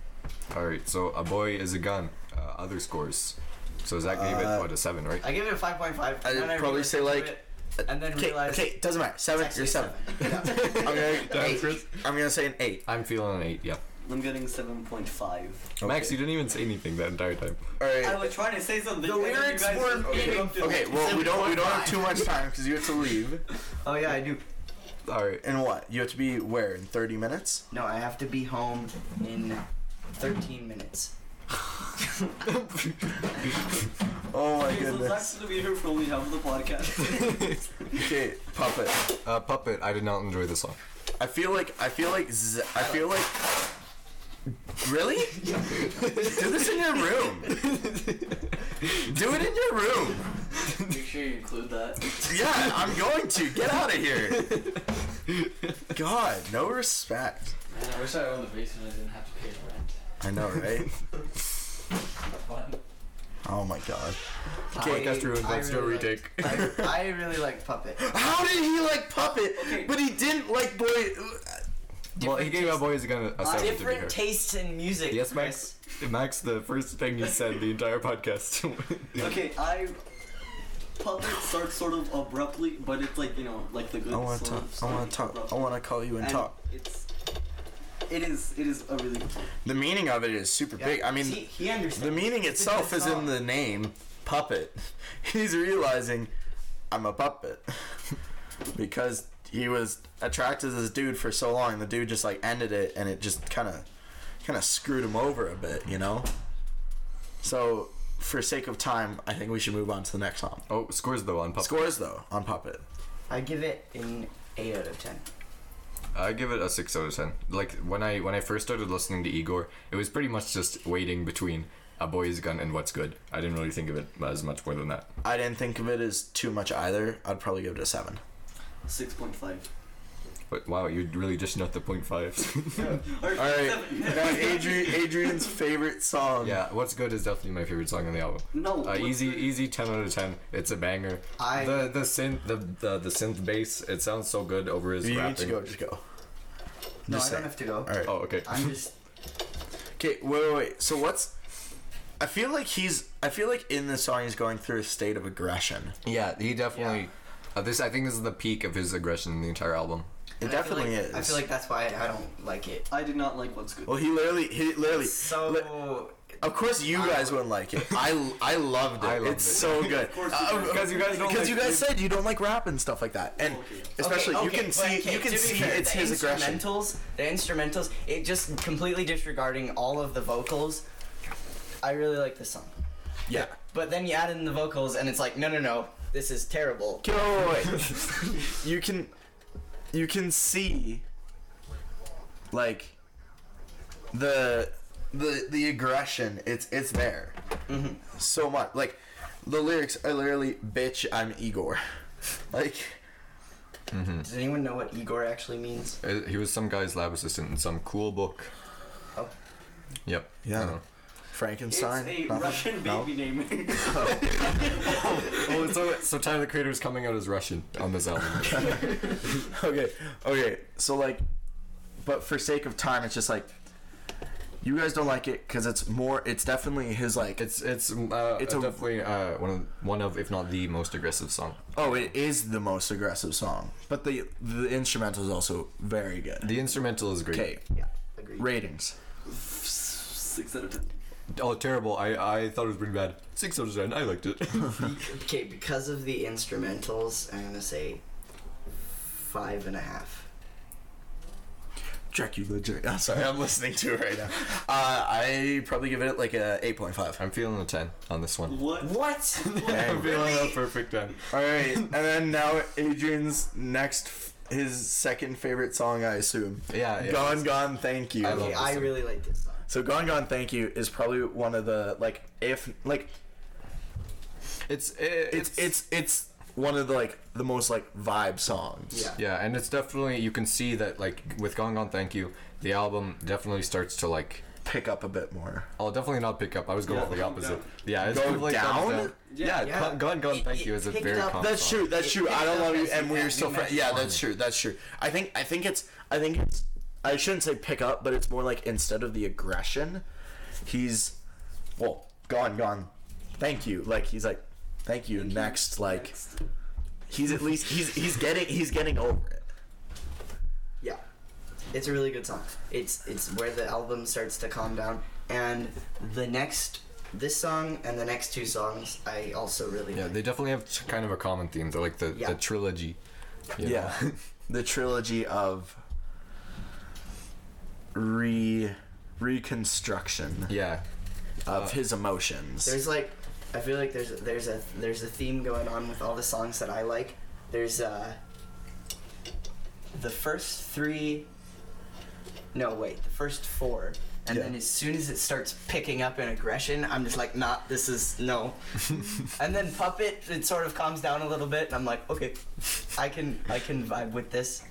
all right. So a boy is a gun. Uh, other scores. So Zach gave Uh, it what a seven, right? I give it a five point five. I'd probably say, like, uh, and then Okay, realized okay, doesn't matter. Seven, it's you're seven. actually I'm [LAUGHS] gonna, Damn, eight. Chris. I'm gonna say an eight. I'm feeling an eight. Yeah. I'm getting 7.5. Max, Okay. you didn't even say anything that entire time. All I right. was trying to say something. The and then you lyrics guys were just interrupted Okay, me. well, we don't we don't have too much time because you have to leave. oh yeah, I do. All [LAUGHS] right. And what? You have to be where in 30 minutes? No, I have to be home in 13 minutes. Oh my Okay, so Zach's goodness. gonna be here for only half of the podcast. [LAUGHS] Okay, puppet. Uh, Puppet, I did not enjoy the song. I feel like I feel like z- I feel like. Really? Do this in your room. Do it in your room. Make sure you include that. Yeah, I'm going to. Get out of here. God, no respect. Man, I wish I owned the basement. I didn't have to pay the rent. I know, right? Fun. Oh my god. Okay, Podcast ruined. Let's do a retake. I, I really like [LAUGHS] Puppet. How did he like Puppet, Okay. but he didn't like Boy? uh, Well, he gave a boy is a gun a seven to be fair. Different tastes in music. Yes, Max. Max, the first thing you said the entire podcast. [LAUGHS] Okay, I. Puppet starts sort of abruptly, but it's like, you know, like the good I want sort to talk. of I start want to talk. I abruptly. want to call you and, And talk. It's. It is. It is a really good song. The meaning of it is super Yeah. big. I mean, he, he understands. The meaning It's a itself good is in song. the name puppet. [LAUGHS] He's realizing I'm a puppet [LAUGHS] because he was attracted to this dude for so long. The dude just like ended it, and it just kind of kind of screwed him over a bit, you know. So, for sake of time, I think we should move on to the next song. oh, scores though on Puppet. Scores though on puppet. I give it an 8 out of 10. I give it a six out of ten. Like when I when I first started listening to Igor, it was pretty much just waiting between a boy's gun and what's good. I didn't really think of it as much more than that. I didn't think of it as too much either. I'd probably give it a seven. 6.5. But wow, you really just nut the point fives. All All right, now Adri- Adrian's favorite song. [LAUGHS] yeah, what's good is definitely my favorite song on the album. No. Uh, what's easy, the- easy, ten out of ten. It's a banger. I- the the synth the, the the synth bass. It sounds so good over his If you need to rapping. go, just go. No, Just I don't say. have to go. All right. Oh, okay. I'm [LAUGHS] just. Okay, wait, wait, wait. So what's? I feel like he's. I feel like in this song he's going through a state of aggression. Yeah, he definitely. Uh, this I think this is the peak of his aggression in the entire album. It and I feel definitely like- is. I feel like that's why I don't like it. I did not like what's good. Well, he literally, he literally. So. li- of course, you guys wouldn't like it. I, I loved it. I loved it's it. so good. course you Uh, did. because you guys don't. Because like- you guys said you don't like rap and stuff like that, and Okay. especially Okay, you okay, can but see, okay, you can to be see fair, it's the his aggression. Instrumentals, the instrumentals, it just completely disregarding all of the vocals. I really like this song, Yeah. but then you add in the vocals, and it's like, no, no, no, this is terrible. Okay, wait, wait, wait. [LAUGHS] you can, you can see, like, the the the aggression. It's it's there, Mm-hmm. so much. Like, the lyrics are literally, "Bitch, I'm Igor," [LAUGHS] like. Mm. Does anyone know what Igor actually means? Uh, He was some guy's lab assistant in some cool book. Oh. Yep. Uh-huh. Yeah. I know. it's Frankenstein. a Nothing? Russian No? baby name. Oh, so, so Tyler the Creator is coming out as Russian on this album. okay, okay. So like, but for sake of time, it's just like, you guys don't like it because it's more. It's definitely his like. It's it's uh, It's it's a- definitely uh, one of one of if not the most aggressive song. oh, it is the most aggressive song, but the the instrumental is also very good. The instrumental is great. Okay, Yeah, agreed. ratings. [LAUGHS] Six out of ten. Oh, terrible! I I thought it was pretty bad. Six out of ten. I liked it. Okay, because of the instrumentals, I'm gonna say five and a half. Dracula. Dr- I'm sorry, I'm listening to it right now. Uh, I probably give it like a eight point [LAUGHS] five. I'm feeling a ten on this one. What? What? I'm feeling a perfect ten. All right, and then now Adrian's next, his second favorite song, I assume. Yeah. yeah. Gone, gone. Thank you. I love okay, I really like this song. So Gone Gone Thank You is probably one of the like if like It's it's it's it's one of the like the most like vibe songs. Yeah. Yeah, and it's definitely you can see that like with Gone Gone Thank You, the album definitely starts to like Pick up a bit more. I'll definitely not pick up. I was going Yeah, for the calm opposite. down. Yeah, it's Go definitely down? calms Yeah, yeah. Gone- Gone Gone It- Thank it You is a picked very up- calm That's song. true. That's true. I don't love you, and we're still friends. Yeah, that's Yeah. true. That's true. I think I think it's I think it's I shouldn't say pick up, but it's more like instead of the aggression, he's well gone gone. Thank you. Like he's like thank you. Next, like Next. he's at least he's he's getting he's getting over it. Yeah, it's a really good song. It's it's where the album starts to calm down, and the next this song and the next two songs I also really Yeah, like. they definitely have t- kind of a common theme. They're like the, Yeah. the trilogy. you know? Yeah. [LAUGHS] the trilogy of re reconstruction Yeah. of his emotions. There's like I feel like there's there's a there's a theme going on with all the songs that I like. There's uh the first three no wait, the first four. And Yeah. then as soon as it starts picking up in aggression, I'm just like, nah, this [LAUGHS] is no. and then puppet, it sort of calms down a little bit, and I'm like, okay, I can I can vibe with this.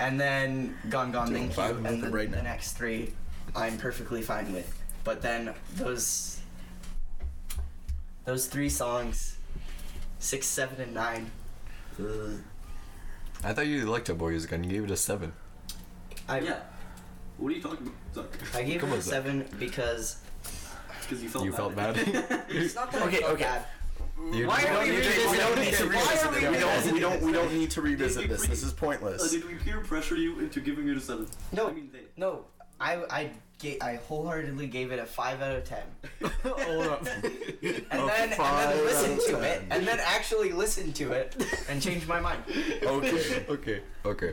And then gone gone Doing thank you, vibe with and the, it right the now. next three, I'm perfectly fine with. But then those those three songs, six, seven, and nine. ugh, I thought you liked it, Boys Gun. You gave it a seven. I Yeah. What are you talking about? I Sorry. gave Come it on, a Zach. seven because [LAUGHS] Because you felt You bad. felt bad. [LAUGHS] it's not that Okay, I felt okay. bad. You Why [LAUGHS] don't- are we you We don't- doing you don't need this? to Why revisit it. are we We don't, we don't we don't need to Did revisit we this. This is Uh, pointless. did we peer pressure you into giving it a seven? No. I mean they. No, I I ga- I wholeheartedly gave it a five out [LAUGHS] of ten. Hold up. And A then and five then listened out of to it, 10. and then actually listened to it, and changed my mind. Okay. okay, okay.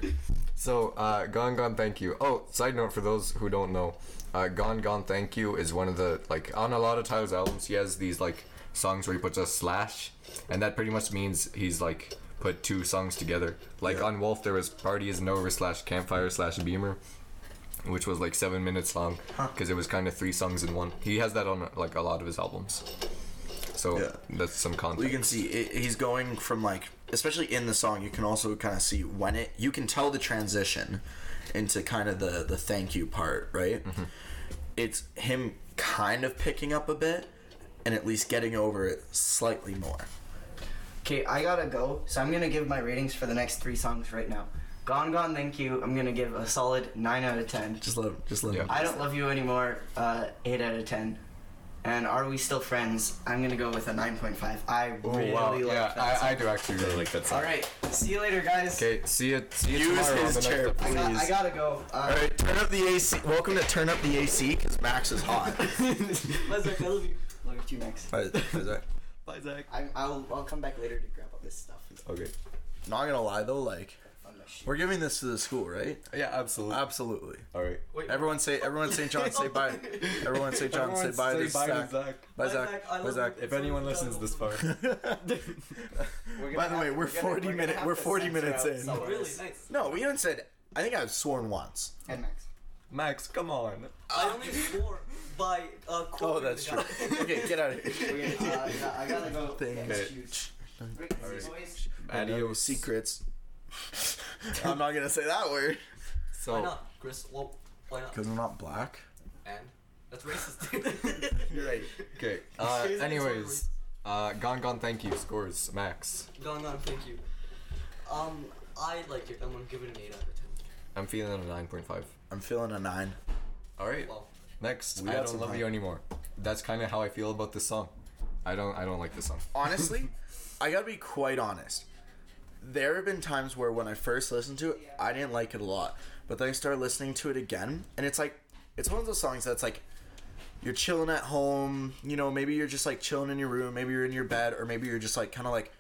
So, uh, Gone Gone Thank You. Oh, side note for those who don't know, uh, Gone Gone Thank You is one of the, like, on a lot of Tyler's albums, he has these, like, songs where he puts a slash, and that pretty much means he's, like, put two songs together. Like, on Wolf, there was Party Is Over slash Campfire slash Beamer, which was, like, seven minutes long, because it was kind of three songs in one. He has that on, like, a lot of his albums. So Yeah. that's some you context. can see it, he's going from like especially in the song you can also kind of see when it you can tell the transition into kind of the the thank you part right it's him kind of picking up a bit and at least getting over it slightly more Okay, I gotta go, so I'm gonna give my ratings for the next three songs right now. Gone Gone Thank You, I'm gonna give a solid 9 out of 10. just let him just let him Yeah. I Don't Love You Anymore, uh, 8 out of 10. And Are We Still Friends, I'm gonna go with a 9.5. I Oh, really wow. like yeah, that I, I song. do actually really like that song. Alright, see you later, guys. Okay, see you, see you Use tomorrow. on his the next chair, episode. I, got, I please. gotta go. Uh, all right turn up the ac welcome to turn up the ac because max is [LAUGHS] hot Bye, Zach. [LAUGHS] I love you. Love you too, Max. Bye, Zach. I'm, I'll, I'll come back later to grab all this stuff. okay. not gonna lie though like On my sheet. we're giving this to the school right Yeah, absolutely. absolutely All right. everyone say everyone say john say [LAUGHS] bye everyone say john say bye to Zach. Bye, Bye, Zach. Zach. I Bye, love Zach. you. If anyone listens this far, [LAUGHS] We're gonna By the have- way, we're gonna- 40 gonna minute- have we're to 40 censor minutes out in. some of Really this. nice. No, we haven't said. I think I've sworn once. And Max. Max, come on. I only swore by uh, quoting [LAUGHS] Oh, that's [LAUGHS] the true. guy. [LAUGHS] okay, get out of here. Okay, uh, yeah, I [LAUGHS] gotta go. Thing. get Okay. shoes. Alright. Boys. [LAUGHS] Adios. Secrets. [LAUGHS] I'm not gonna say that word. Why So, not, Chris? Well, why not? Because I'm not black. And that's racist. [LAUGHS] You're right. okay. Uh, anyways, uh, Gone Gone Thank You scores Max. Gone, gone. Thank you. Um, I like it. I'm gonna give it an eight out of ten. I'm feeling a 9.5. I'm feeling a nine. All right. Wow. Next, We I got don't some love time. you anymore. That's kind of how I feel about this song. I don't. I don't like this song. Honestly, I gotta be quite honest. There have been times where when I first listened to it, I didn't like it a lot. But then I started listening to it again, and it's like, it's one of those songs that's like, you're chilling at home, you know, maybe you're just like chilling in your room, maybe you're in your bed, or maybe you're just like kind of like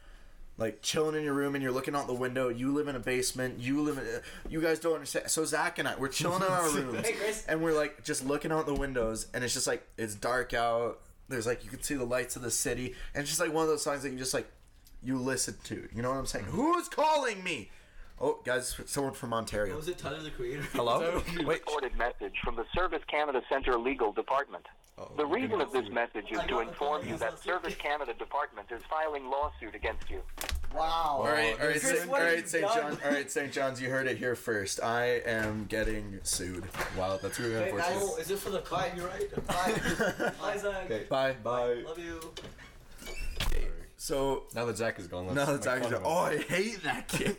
like chilling in your room and you're looking out the window. You live in a basement. You live in. You guys don't understand. So Zach and I, we're chilling in [LAUGHS] our rooms, Chris. and we're like just looking out the windows, and it's just like it's dark out. There's like you can see the lights of the city, and it's just like one of those songs that you just like you listen to. You know what I'm saying? Who's calling me? Oh, guys, someone from Ontario. Was it Tyler the Creator? Hello. Wait. recorded message from the Service Canada Centre Legal Department. Oh, The reason of this message is to inform you that Service Canada Department is filing lawsuit against you. Wow. All right, all right, Chris, Saint, all what have right, you Saint done? John, all right, Saint John's. You heard it here first. I am getting sued. [LAUGHS] Wow, that's really Wait, guys. unfortunate. [LAUGHS] Oh, is it for the copyright? [LAUGHS] Bye, Zach. Okay. Bye. Bye. Love you. So Now that Zach is gone, let's No, make it's actually. fun Oh, of I hate that [LAUGHS] kid.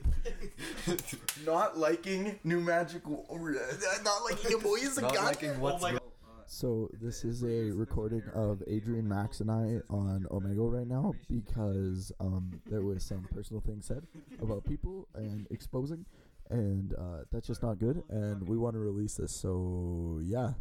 not liking New Magic. Wo- Not liking him. Boy, he's a him. Not god. liking what's Oh go- So this is a recording of Adrian Max and I on Omega right now because um, there was some personal things said about people and exposing, and uh, that's just not good. And we want to release this, so yeah,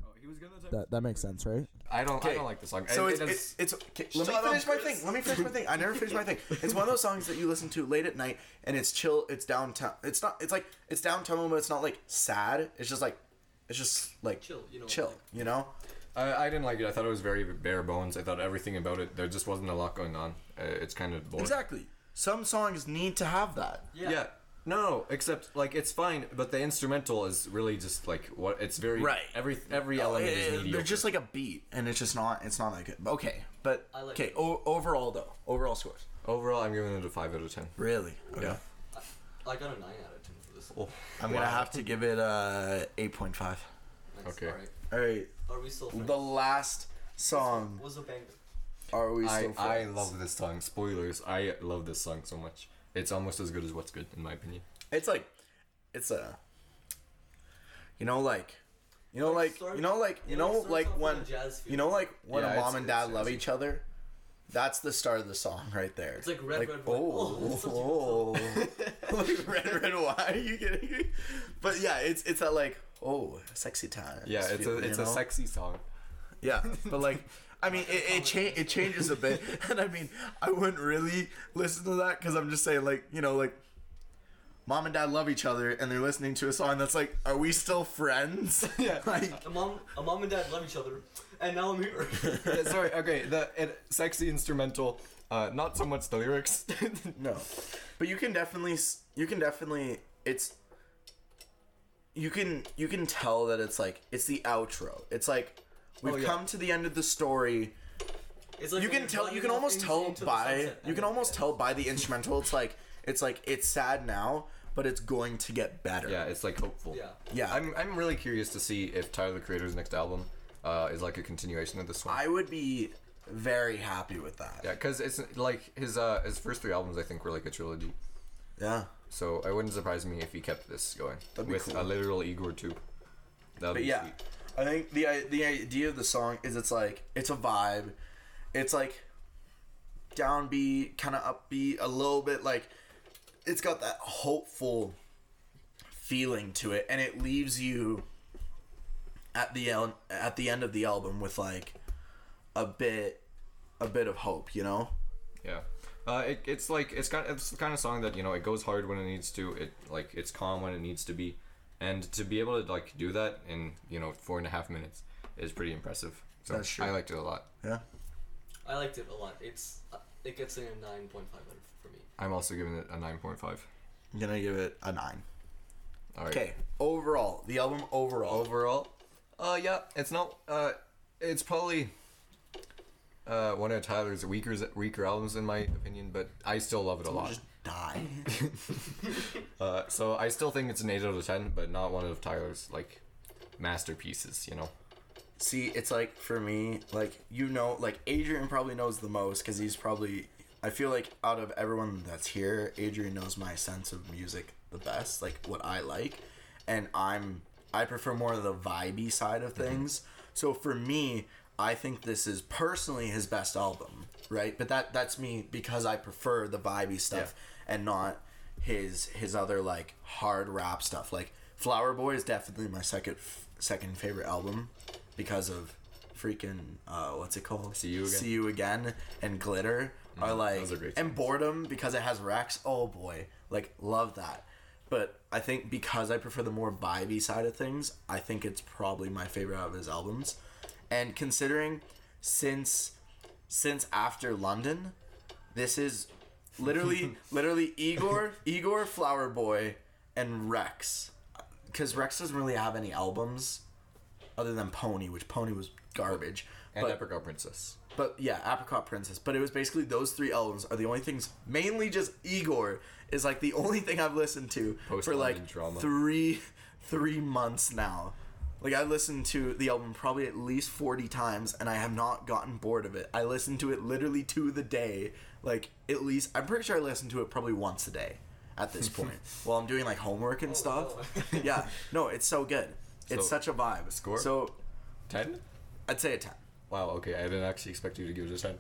that that makes sense, right? I don't. I Okay. don't like this song. So it's, It- it does- it's, it's okay, let me Shut up, finish my Chris. thing. Let me finish my thing. I never finish my thing. It's one of those songs that you listen to late at night and it's chill. It's downtown. It's not. It's like it's downtown, but it's not like sad. It's just like, it's just like Chill, you know, Chill. like- You know. I, I didn't like it. I thought it was very bare bones. I thought everything about it. There just wasn't a lot going on. Uh, it's kind of boring. Exactly. Some songs need to have that. Yeah. No, no, except like it's fine, but the instrumental is really just like what it's very Right. Every every element Yeah, is yeah, yeah, mediocre. they're just like a beat, and it's just not. It's not that good. Okay, but I like okay. it. O- overall, though, overall scores. overall. I'm giving it a five out of ten. Really? Okay. I got a nine out of ten for this. Oh, I'm gonna have to give it a eight point five. Nice. okay. Alright. All right. Are we still friends? The last song. was a banger. Are we I, still? I Friends? love this song. Spoilers. I love this song so much. It's almost as good as What's Good in my opinion. It's like, it's a. You know, like, you know, like, sort- you know, like, you it know, starts like off when, with a jazz feel. you know, like when Yeah, a it's- mom and it's- dad love each other. That's the start of the song right there. It's like Red, Red Wine. [LAUGHS] Oh, Oh, that's such a oh. [LAUGHS] like red, red wine. Are you kidding me? But yeah, it's it's that like oh, sexy time. Yeah, it's a it's a sexy song. [LAUGHS] Yeah, but like, I mean, it it, cha- it changes a bit, [LAUGHS] and I mean, I wouldn't really listen to that because I'm just saying, like, you know, like, mom and dad love each other, and they're listening to a song that's like, "Are we still friends?" [LAUGHS] Yeah, like, A mom, a mom and dad love each other, and now I'm here. Yeah, Uh, Sorry. Okay. The it, sexy instrumental. Uh, not so much the lyrics. [LAUGHS] no, but you can definitely, s- you can definitely, it's, you can you can tell that it's like it's the outro. It's like we've yeah. come to the end of the story. [LAUGHS] It's like you when can you're tell. You driving can almost things tell into the by. sunset You and can it- almost tell by the instrumental. It's like it's like it's sad now, but it's going to get better. Yeah, it's like hopeful. Yeah. Yeah. I'm, I'm really curious to see if Tyler the Creator's next album uh, is like a continuation of this one. I would be very happy with that. yeah, because it's like his uh, his first three albums I think were like a trilogy. Yeah. So it wouldn't surprise me if he kept this going That'd be with cool. a literal Igor too. But That'd be yeah, sweet. I think the i- the idea of the song is it's like it's a vibe. It's like downbeat, kind of upbeat, a little bit like it's got that hopeful feeling to it and it leaves you at the el- at the end of the album with like a bit a bit of hope, you know? Yeah. Uh, it, it's like it's kind it's the kind of song that you know it goes hard when it needs to. It like it's calm when it needs to be, and to be able to like do that in you know four and a half minutes is pretty impressive. So That's true. I liked it a lot. Yeah. I liked it a lot. It's it gets in a nine point five out of for me. I'm also giving it a nine point five. I'm going to give it a 9. All right. Okay, overall, the album overall. Overall, uh, yeah, it's not. Uh, it's probably uh one of Tyler's weaker weaker albums in my opinion, but I still love it a lot. just die. Uh, so I still think it's an eight out of ten, but not one of Tyler's like masterpieces. You know. See, it's like for me, like you know, like Adrian probably knows the most because he's probably. I feel like out of everyone that's here, Adrian knows my sense of music the best, like what I like, and I'm I prefer more of the vibey side of things. So for me, I think this is personally his best album, right? But that that's me because I prefer the vibey stuff and not his his other like hard rap stuff. Like Flower Boy is definitely my second f- second favorite album because of freaking uh, what's it called? See You Again. Mm-hmm. See you again and glitter are like those are great and boredom because it has racks. Oh boy, like love that. But I think because I prefer the more vibey side of things, I think it's probably my favorite out of his albums. And considering since since after London, this is literally literally Igor, Igor Flower Boy and Rex. Cuz Rex doesn't really have any albums other than Pony, which Pony was garbage. And But- Apricot Princess. but yeah, Apricot Princess. But it was basically those three albums are the only things. Mainly just Igor is like the only thing I've listened to for Post-London like drama. three three months now. Like I listened to the album probably at least forty times, and I have not gotten bored of it. I listen to it literally to the day. Like at least I'm pretty sure I listen to it probably once a day at [LAUGHS] this point while I'm doing like homework and stuff. yeah, no, it's so good. It's So, such a vibe. score? So Ten. I'd say a ten. Wow. Okay, I didn't actually expect you to give it a ten,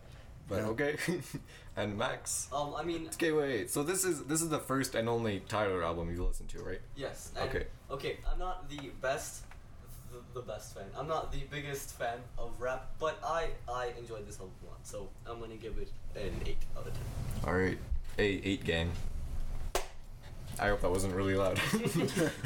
but Yeah. okay. [LAUGHS] and Max. Um, I mean, Okay, wait. So this is this is the first and only Tyler album you've listened to, right? yes. I- Okay. Okay, I'm not the best, the, the best fan. I'm not the biggest fan of rap, but I I enjoyed this album a lot. So I'm gonna give it an eight out of ten. All right. A eight gang. I hope that wasn't really loud. [LAUGHS]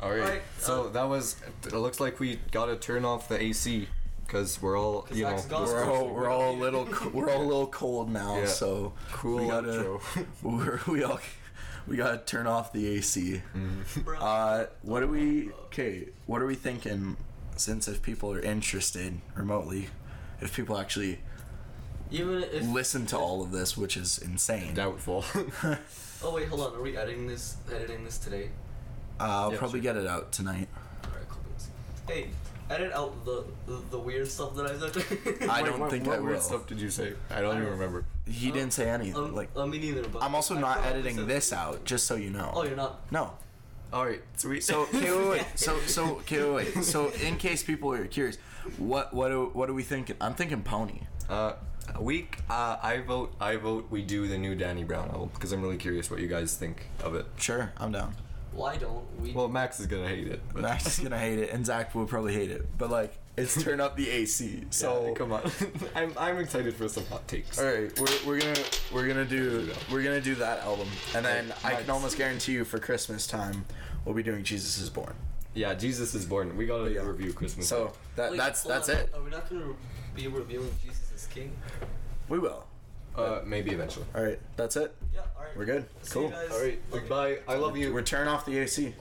all right. Alright, so uh, that was. It looks like we gotta turn off the AC because we're all 'Cause you know Max is gone. we're we're all- all, we're all a little co- we're all a little cold now, Yeah. so Cool We gotta outro. [LAUGHS] we're, we all we gotta turn off the AC. Mm-hmm. Bruh. Uh, what are we? Okay, what are we thinking? Since if people are interested remotely, if people actually Even if listen to all of this, which is insane, uh, [LAUGHS] doubtful. oh wait, hold on. Are we editing this? Editing this today? uh, I'll Yeah, probably sure. get it out tonight. Alright, cool beans. Hey, edit out the the, the weird stuff that I said. [LAUGHS] I Wait, don't what- think what I weird will. stuff did you say? I don't even remember. He didn't say anything. um, like uh, me neither. But I'm also I not probably editing said- this out, just so you know. Oh, you're not. no. All right. Sweet. So [LAUGHS] [LAUGHS] okay, wait, wait. so so okay, wait, wait. so in case people are curious, what what do, what are we thinking? I'm thinking Pony. Uh, week, uh, I vote, I vote we do the new Danny Brown album because I'm really curious what you guys think of it. Sure, I'm down. Why don't we? Well, Max is gonna hate it. But [LAUGHS] Max is gonna hate it, and Zach will probably hate it. But like, it's turn up the AC. So Yeah, come on, [LAUGHS] I'm, I'm excited for some hot [LAUGHS] takes. All right, we're, we're gonna we're gonna do we're gonna do that album, and then I Nice. can almost guarantee you for Christmas time we'll be doing Jesus is Born. Yeah, Jesus is born. We gotta Yeah. review Christmas. So that Wait, that's hold that's on, it. Are we not gonna be revealing Jesus is King? We will. uh, maybe eventually. All right, that's it. Yeah. All right. We're good. See Cool. You guys. All right, later. goodbye. I love you. We're turn off the AC.